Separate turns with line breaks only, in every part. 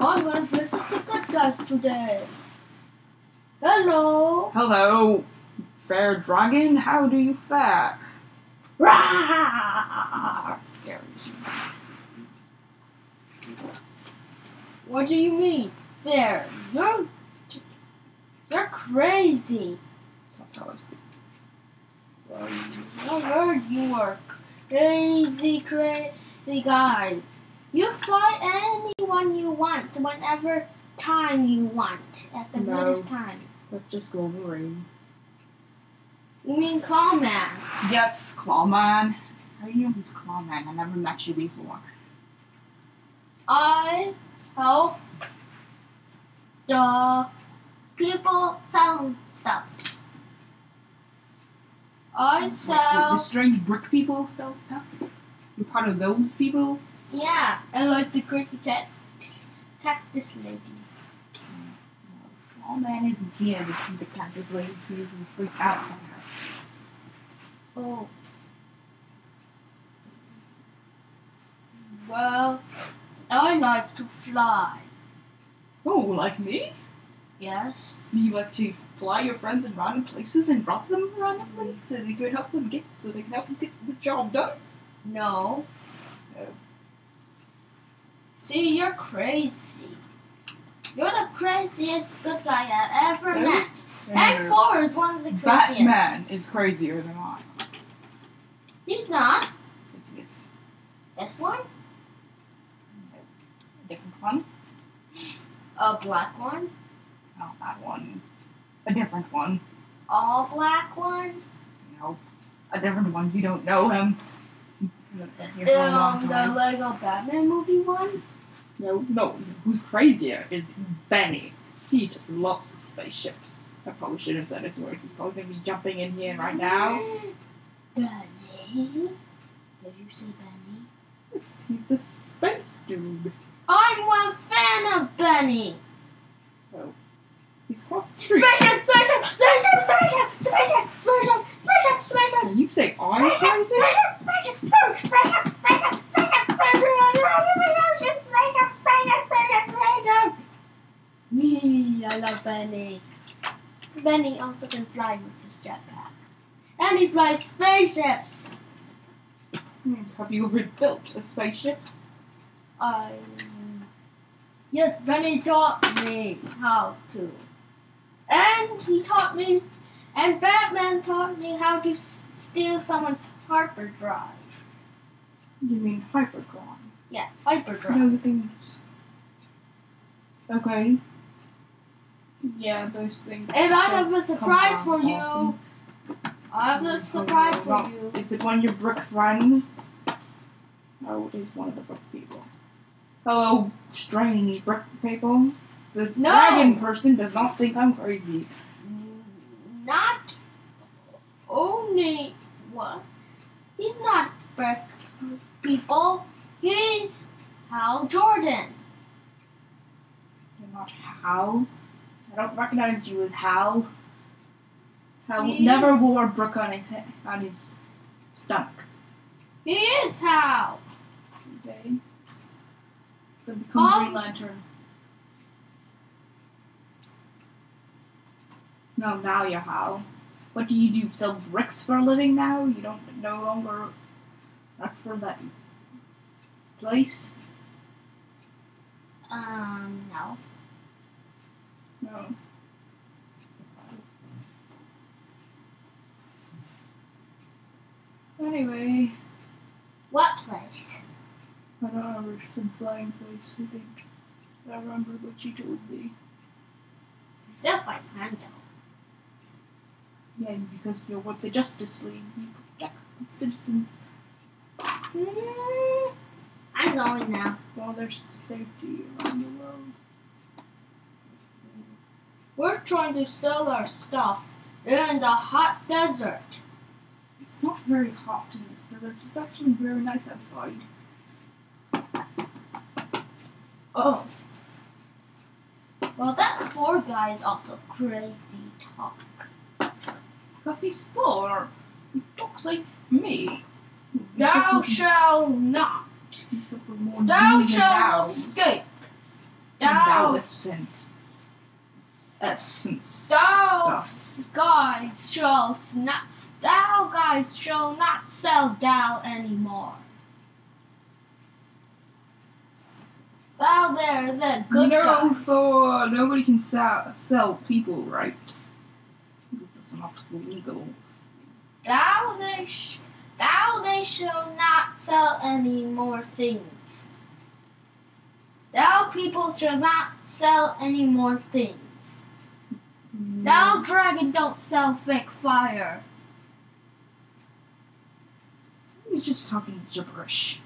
I'm gonna visit the good guys today. Hello.
Hello, fair dragon. How do you fare? Ah,
Rah!
That's scary. as you-
What do you mean? There. You're you're crazy.
I fell asleep.
I heard you were crazy, crazy guy. You fight anyone you want, whenever time you want, at the
No.
weirdest time.
That's just Wolverine.
You mean Clawman?
Yes, Clawman. How do you know who's Clawman? I never met you before.
I help the people sell stuff. I
The
sell,
strange brick people sell stuff. You're part of those people.
yeah, I like the crazy cat, cactus lady.
Clawman is here to see the cactus lady. You freak out on her.
Oh. Well, I like to fly.
Oh, like me?
Yes.
You like to fly your friends in random places and drop them in random places so they could help them get so they can help them get the job done.
No.
Oh.
See, you're crazy. You're the craziest good guy I ever
Oh.
met. And four is one of the craziest.
Batman is crazier than I.
He's not.
Yes, he is.
This one?
different one.
A black one?
Not that one. A different one.
All black one?
You know, a different one. You don't know him. You haven't been here for a long
Um, the
time.
Lego Batman movie one?
No, no. Who's crazier is Benny. He just loves his spaceships. I probably shouldn't have said this word. He's probably gonna be jumping in here right now.
Benny? Did you say Benny?
He's he's the space dude.
I'm one fan of Benny.
He's crossed the street.
Smash him! Smash him! Smash him! Smash him! Smash him! Smash him! Smash him! Smash him!
Can you say I'm
Smash him!
crazy?
Smash him! Smash him! Smash him! Smash him! Smash him! Smash him! Smash him! Smash him! Smash him! Smash him! Smash him! Smash him! Smash him! Me, I love Benny. Benny also can fly with his jetpack, and he flies spaceships.
Hmm, Have you ever built a spaceship?
I. Um, Yes, Benny taught me how to. And he taught me. And Batman taught me how to s- steal someone's hyperdrive.
You mean hypercron?
Yeah, hyperdrive.
No things. Okay. Yeah, those things.
And I have a surprise
Come
for
on,
you. I have a surprise for you.
Is it one of your brick friends? No, it is one of the brick people. Hello, strange brick people. This
No!
dragon person does not think I'm crazy.
Not only what? He's not brick people. He's Hal Jordan.
You're not Hal. I don't recognize you as Hal. Hal
Please.
never wore a brick on his head, on his stomach.
He is Hal.
Okay. Then become
Um,
Green Lantern. No, now you're Hal. What do you do? Sell bricks for a living now? You don't no longer not for that place?
Um, no.
No. Anyway,
What place?
I don't remember some flying place, I think. I remember what you told me.
I still fight Mando.
Yeah, because you're with the Justice League, you protect the citizens
Mm, I'm going now.
for their safety around the world.
We're trying to sell our stuff in the hot desert.
It's not very hot in this desert. It's actually very nice outside. Oh,
Well, that four guy is also crazy talk.
because he's poor. He talks like me.
Thou
Except
shall not.
for- except for more
Thou
diesel
shall
now.
escape.
essence. Essence.
Thou
Dust.
guys shall not. Thou guys shall not sell Dow anymore. Thou there, the good
no,
guys.
Thor. Nobody can sell, sell people, right? That's not legal.
Thou they, sh- thou they shall not sell any more things. Thou people shall not sell any more things. Thou dragon don't sell fake fire.
He's just talking gibberish.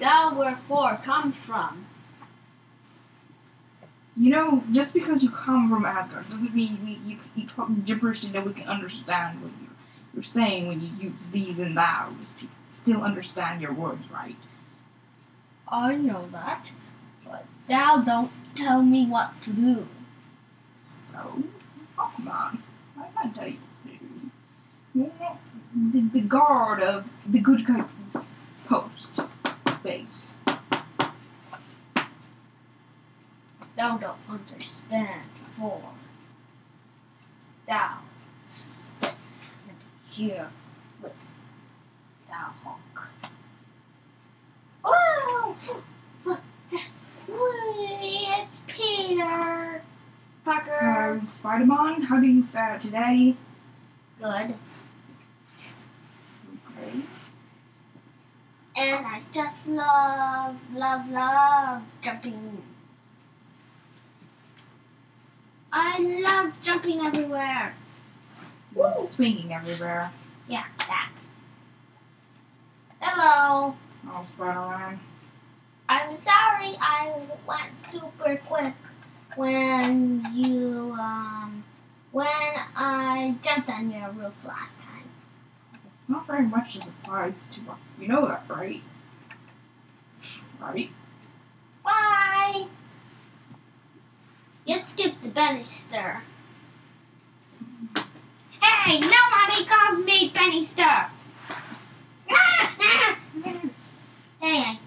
Thou wherefore comes from.
You know, just because you come from Asgard doesn't mean we, you, you talk gibberish and nobody can understand what you're, you're saying when you use these and thous. People still understand your words, right?
I know that, but thou don't tell me what to do.
So, oh, come on. I can tell you what to do. You're not the, the guard of the good guy's post base.
Thou don't understand, for thou stand here with thou hawk. Oh, it's Peter Parker.
Um, Spider-Man, how do you fare today?
Good.
Okay.
And I just love, love, love jumping. I love jumping everywhere. Woo.
Swinging everywhere.
Yeah, that. Hello.
Oh, Spider-Man.
I'm sorry I went super quick when you um when I jumped on your roof last time.
Not very much as applies to us. You know that, right? Right?
Bye. Let's skip the banister. Hey, nobody calls me banister. hey.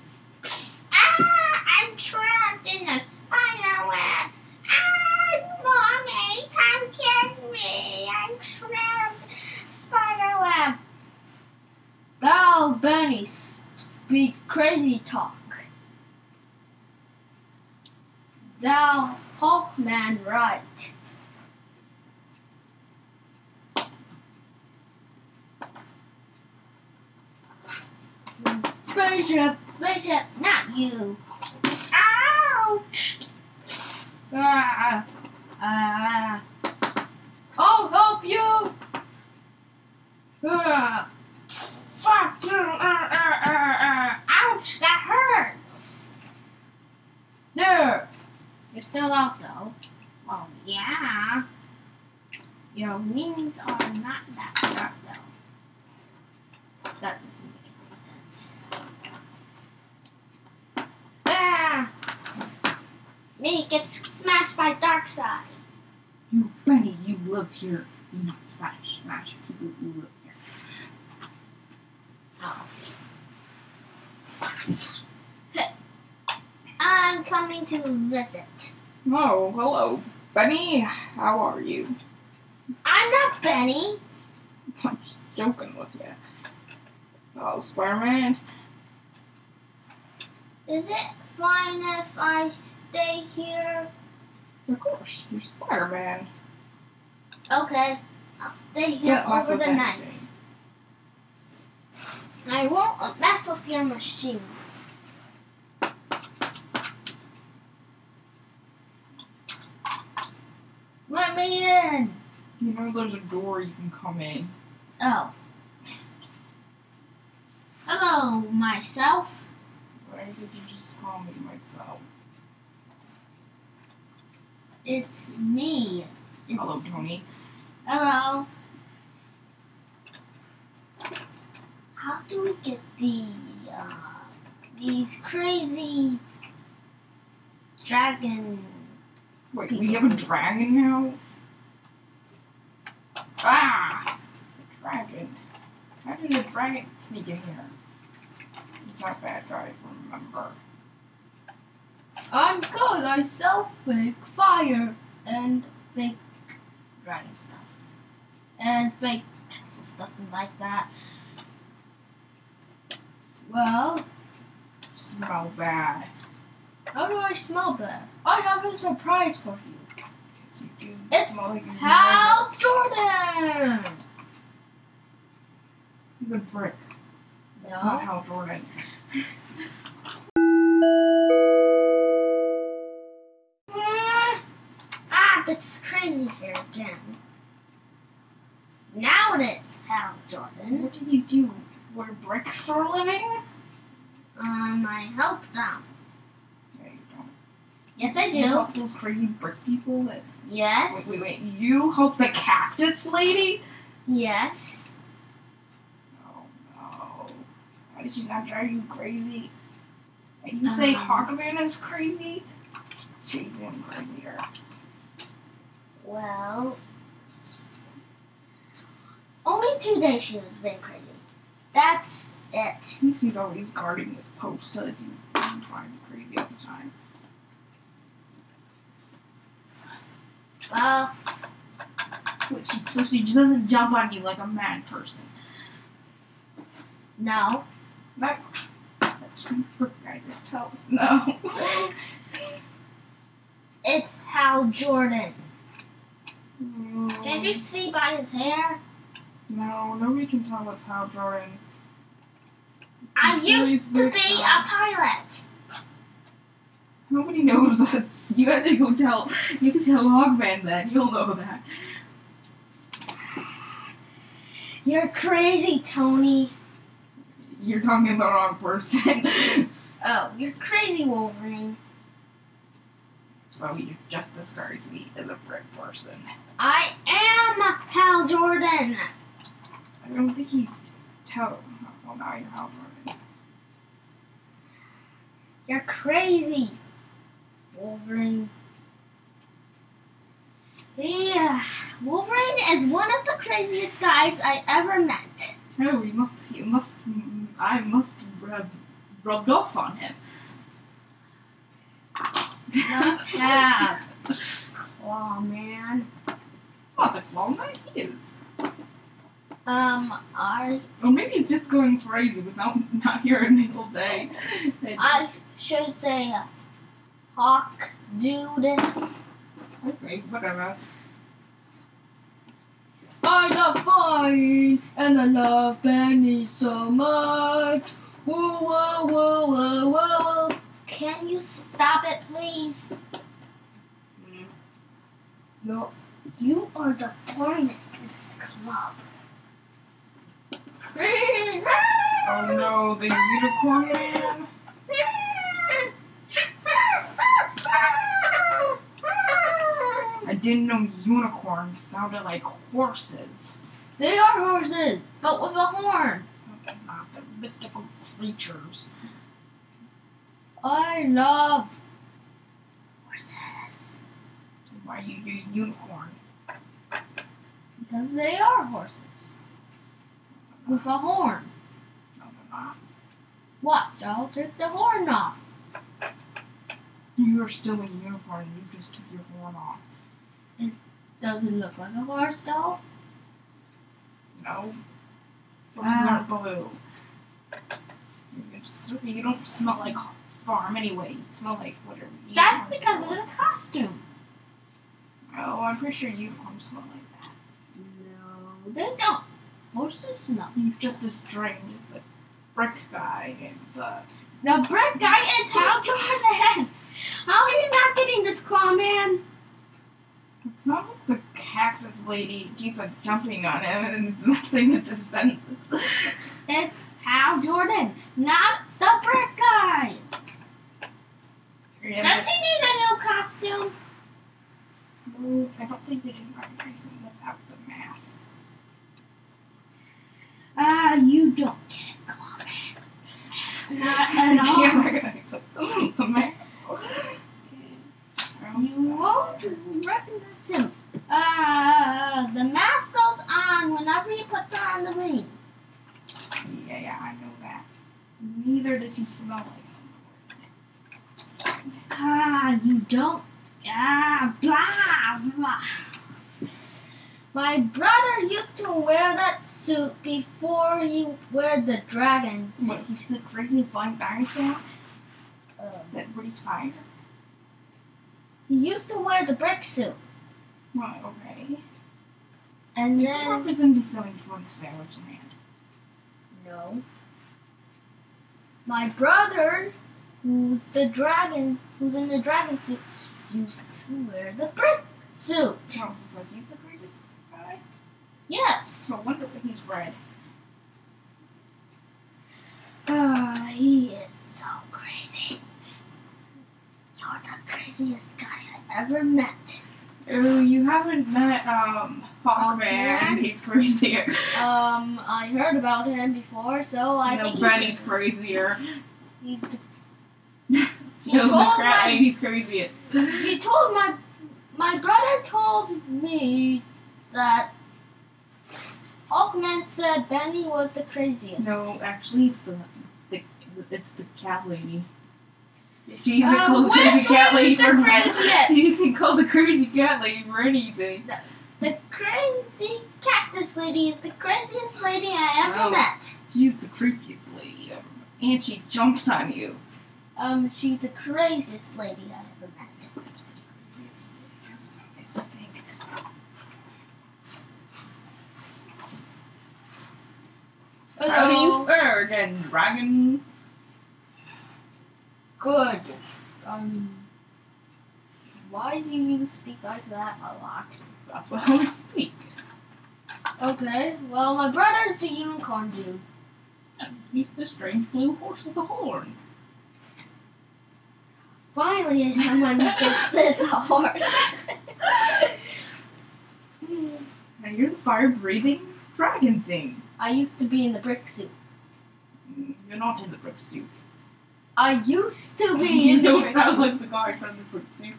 Ah, I'm trapped in a spider web. Ah, mommy, come get me. I'm trapped. Spider web. Go, Benny. s- Speak crazy talk. Thou Hawkman right. Spaceship, spaceship, not you. Ouch! Ah, ah. I'll help you! Ah. Fuck you! Ah, ah, ah, ah. Ouch, that hurts! There! You're still out though. Oh yeah. Your wings are not that sharp though. That doesn't make any sense. Ah! Me gets smashed by Darkseid.
You, Benny, you live here. You not smash, smash people who live here.
Oh. I'm coming to visit.
Oh, hello. Benny, how are you?
I'm not Benny.
I'm just joking with you. Oh, Spider-Man.
Is it fine if I stay here?
Of course, you're Spider-Man.
Okay, I'll stay
Just
here
don't mess
over
with
the
anything.
night. I won't mess with your machine. Let me in.
You know there's a door you can come in.
Oh. Hello, myself.
Why did you just call me myself?
It's me. It's
Hello, Tony.
hello. How do we get the uh, these crazy dragon
Wait, we have a dragon now? Ah! A dragon. How did a dragon sneak in here? He's not a bad guy, remember.
I'm good. I sell fake fire and fake dragon stuff and fake castle stuff and like that. Well,
Smell bad.
how do I smell bad? I have a surprise for you.
Yes, you do.
It's
Smell like you're nervous.
Hal Jordan.
He's a brick. That's
No.
not Hal Jordan.
Ah, that's crazy here again. Now it is Hal Jordan.
What do you do? Wear bricks for a living?
Um, I help them.
No, you don't.
Yes, I
You
do.
help those crazy brick people that.
Yes.
Wait, wait, wait. You help the cactus lady?
Yes.
Oh no. Why did you not drive you crazy? And you say
Um.
Hawkman is crazy? She's even crazier.
Well, only two days she has been crazy. That's it.
Since He's always guarding this post, does he? I'm driving crazy all the time.
Well,
Which, so she just doesn't jump on you like a mad person.
no.
That, that's from Brick Guy just tell us no.
It's Hal Jordan. Can't
Can't
you see by his hair?
No, nobody can tell us how Jordan.
I
It's just
used to
really
be
weird.
a pilot.
Nobody knows that. You had to go tell. You have to tell Hogman that. You'll know that.
You're crazy, Tony.
You're talking to the wrong person.
Oh, you're crazy, Wolverine.
so you're just as crazy as a brick person.
I am Hal Jordan.
I don't think he tell. Well, now you're Hal Jordan.
You're crazy, Wolverine. Yeah, Wolverine is one of the craziest guys I ever met.
No, you must. You must. I must rub rubbed off on him.
Must have. Claw man.
Not the claw knight. He is.
Um, I
Or maybe he's just going crazy without not hearing the whole day.
I should say uh, Hawk dude.
okay, whatever.
I love flying and I love Benny so much. Whoa, whoa, whoa, whoa, whoa, whoa. Can you stop it, please?
Hmm.
No. You are the boringest in this club.
Oh no, the unicorn man. I didn't know unicorns sounded like horses.
They are horses, but with a horn.
Not the mystical creatures.
I love horses.
Why you you unicorn?
Because they are horses. With a horn.
No, they're not.
Watch, I'll take the horn off.
You are still a unicorn. You just took your horn off.
Does it look like a horse though?
No. Horses
Wow.
aren't blue. You're so- You don't smell like farm anyway. You smell like whatever.
That's
unicorns
because
smell
of the costume.
like. Oh, I'm pretty sure unicorns smell like that.
No, they don't. Horses smell.
You've just as strange as the brick guy and the.
The bread guy is Hal Jordan. How are you not getting this, claw man?
It's not like the cactus lady keeps like jumping on him and it's messing with his senses.
It's Hal Jordan, not the bread guy.
And
Does he need a new costume?
the- Ooh, I don't think they can recognize him without the mask.
Ah, you don't get it, claw man. Not at
they
all.
can't recognize him without the mask.
You won't recognize him. Ah, the mask goes on whenever he puts on the ring.
Yeah, yeah, I know that. Neither does he smell like him.
Ah, you don't. Ah, blah, blah. My brother used to wear that suit before he wear the dragons.
What, he's the crazy flying dinosaur that breathes fire?
He used to wear the brick suit,
Right, okay.
and
Is he
then
representing something from the Sandwich Land?
no. My brother, who's the dragon, who's in the dragon suit, used to wear the brick suit.
So he's like, he's the crazy guy?
Yes.
So I wonder if he's red.
Ah, he is so crazy. You're the craziest guy I ever met.
Oh, you haven't met, um,
Hawkman?
Hawkman. He's crazier.
Um, I heard about him before, so I
no,
think
Benny's
he's,
crazier.
he's the, he
No,
told
the
my
crap lady's craziest.
he told my my brother told me that Hawkman said Benny was the craziest.
No, actually, it's the, the it's the cat lady. She's
Uh,
called the
which
crazy cat
one
lady
is the
for
craziest?
She isn't called the crazy cat lady for anything.
The crazy cactus lady is the craziest lady I ever
No.
met.
She's the creepiest lady ever, and she jumps on you.
Um, she's the craziest lady I ever met.
That's pretty crazy. That's nice, I think. How do you fare again, dragon?
Good. Um, why do you speak like that a lot?
That's what I would speak.
Okay, well, my brother's the unicorn dude.
And he's the strange blue horse with the horn.
Finally, someone gets it's a horse.
And you're the fire-breathing dragon thing.
I used to be in the brick suit.
Mm, You're not in the brick suit.
I used to be
you
in the
don't
brick
sound
suit.
like the guy from the fruit soup.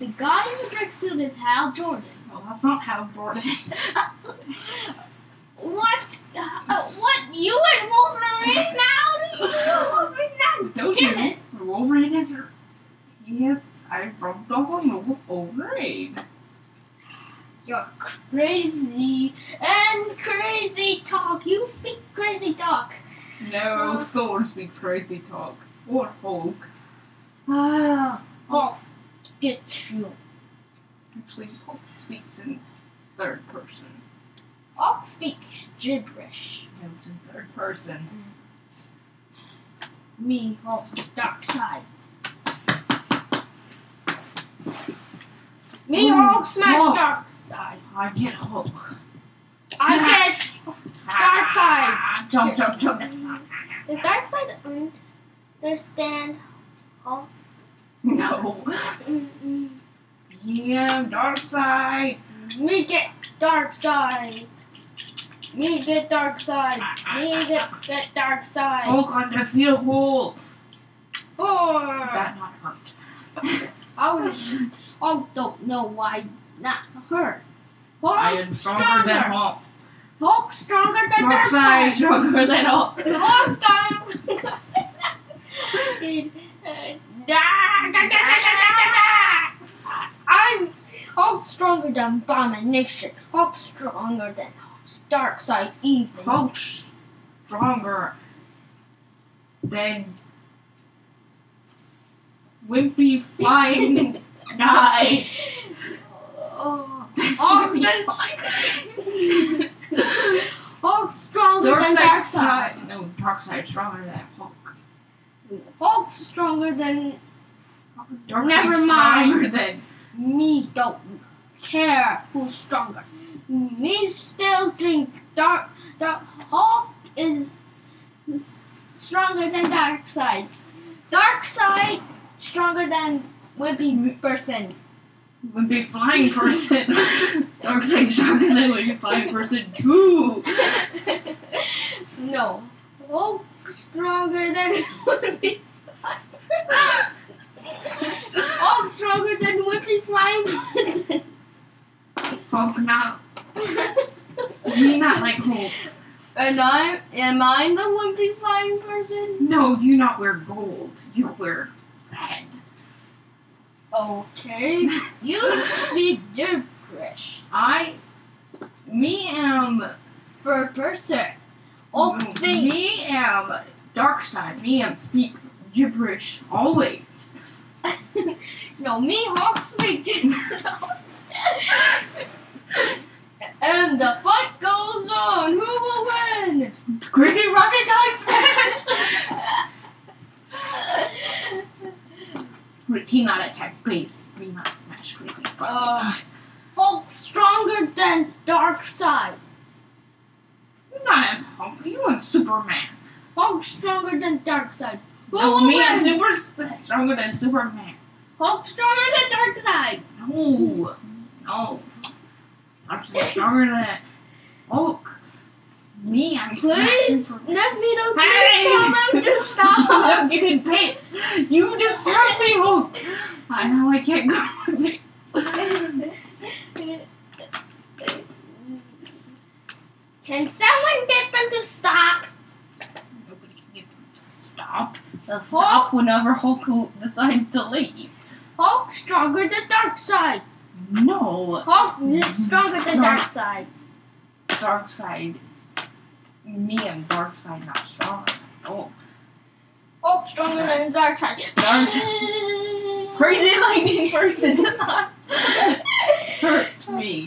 The guy in the brick suit is Hal Jordan.
Well, that's not how Jordan.
What? Uh, what? You and Wolverine now? You and Wolverine now?
Don't
Damn
you?
it.
Wolverine is. Yes, I rubbed off on Wol- Wolverine.
You're crazy and crazy talk. You speak crazy talk.
No,
Uh.
Thor speaks crazy talk. Or Hulk.
Ah,
Hulk.
get you.
Actually, Hulk speaks in third person.
I'll speak gibberish.
No, it's in third person.
Me, Hulk, dark side. Me,
Ooh, oh.
Hulk, smash
Hulk.
dark side.
I get Hulk.
I get. dark
Ah, Jump, jump, jump.
Does dark side understand Hulk?
No. Yeah, dark side.
Me get dark side. Me get dark side. Me get get dark side.
Hulk undefeatable.
Or
That not hurt.
I, I don't know why not her. Hulk
I am stronger, than Hulk.
Hulk stronger than
Dark side stronger than Hulk.
Hulk stronger. Dude, uh, da, da, da, da, da, da, da. I'm Hulk stronger than Abomination. Hulk stronger than Dark Side Evil.
Hulk stronger than wimpy flying guy.
Oh, Hulk is- Hulk stronger
Dark
than
side,
Dark Side.
stri- No, dark side stronger than Hulk.
Hulk stronger than
Dark
Never
side
mind.
stronger than
me don't care who's stronger. Me still think dark the Hulk is, is stronger than Dark Side. Dark Side stronger than wimpy person.
wimpy flying person. dark side stronger than wimpy flying person too.
no. Hulk stronger than wimpy Hulk stronger than wimpy flying person.
Hulk not. He not like Hulk.
And I am I the wimpy flying person?
No, you not wear gold. You wear red.
Okay. You speak gibberish
I, me am.
for a person. Oh, thing.
Me am dark side. Me am speak gibberish always.
No, me hawk speak gibberish. and the fight goes on. Who will win?
Crazy rocket guy smash. Peanut attack, please. Peanut smash, crazy rocket
Um,
guy.
Hulk stronger than dark side.
You're not a Hulk. You want Superman.
Hulk stronger than dark side. Who
No,
will
me
win?
and super stronger than Superman.
Hulk stronger than dark side.
No, no. I'm so stronger than that. Hulk. Me, I'm
Please,
smashing
Magneto, please
Hey!
tell them to stop.
I'm getting pissed. You just struck me, Hulk. I know I can't go with it.
Can someone get them to stop?
Nobody can get them to stop. They'll stop whenever Hulk decides to leave.
Hulk stronger than dark side.
No,
Hulk n- stronger than dark side.
Dark Side. Me and Dark Side not strong. Oh,
Hulk stronger than dark side.
Dark crazy lightning person does not hurt me.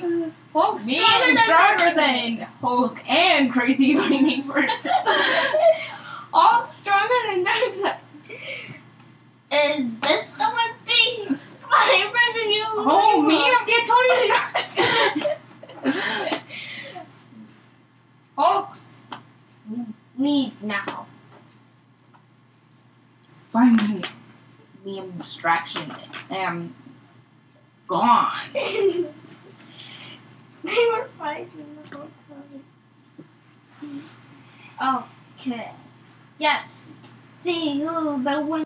Hulk
Me
stronger
and
than dark
stronger
side.
than Hulk and Crazy Lightning Person.
All stronger than dark side. Is this the one thing my person you
oh, me and get Tony Stark.
Hulk leave now.
Finally, me and distraction am gone.
they were fighting the whole time. Okay. Yes. See who the one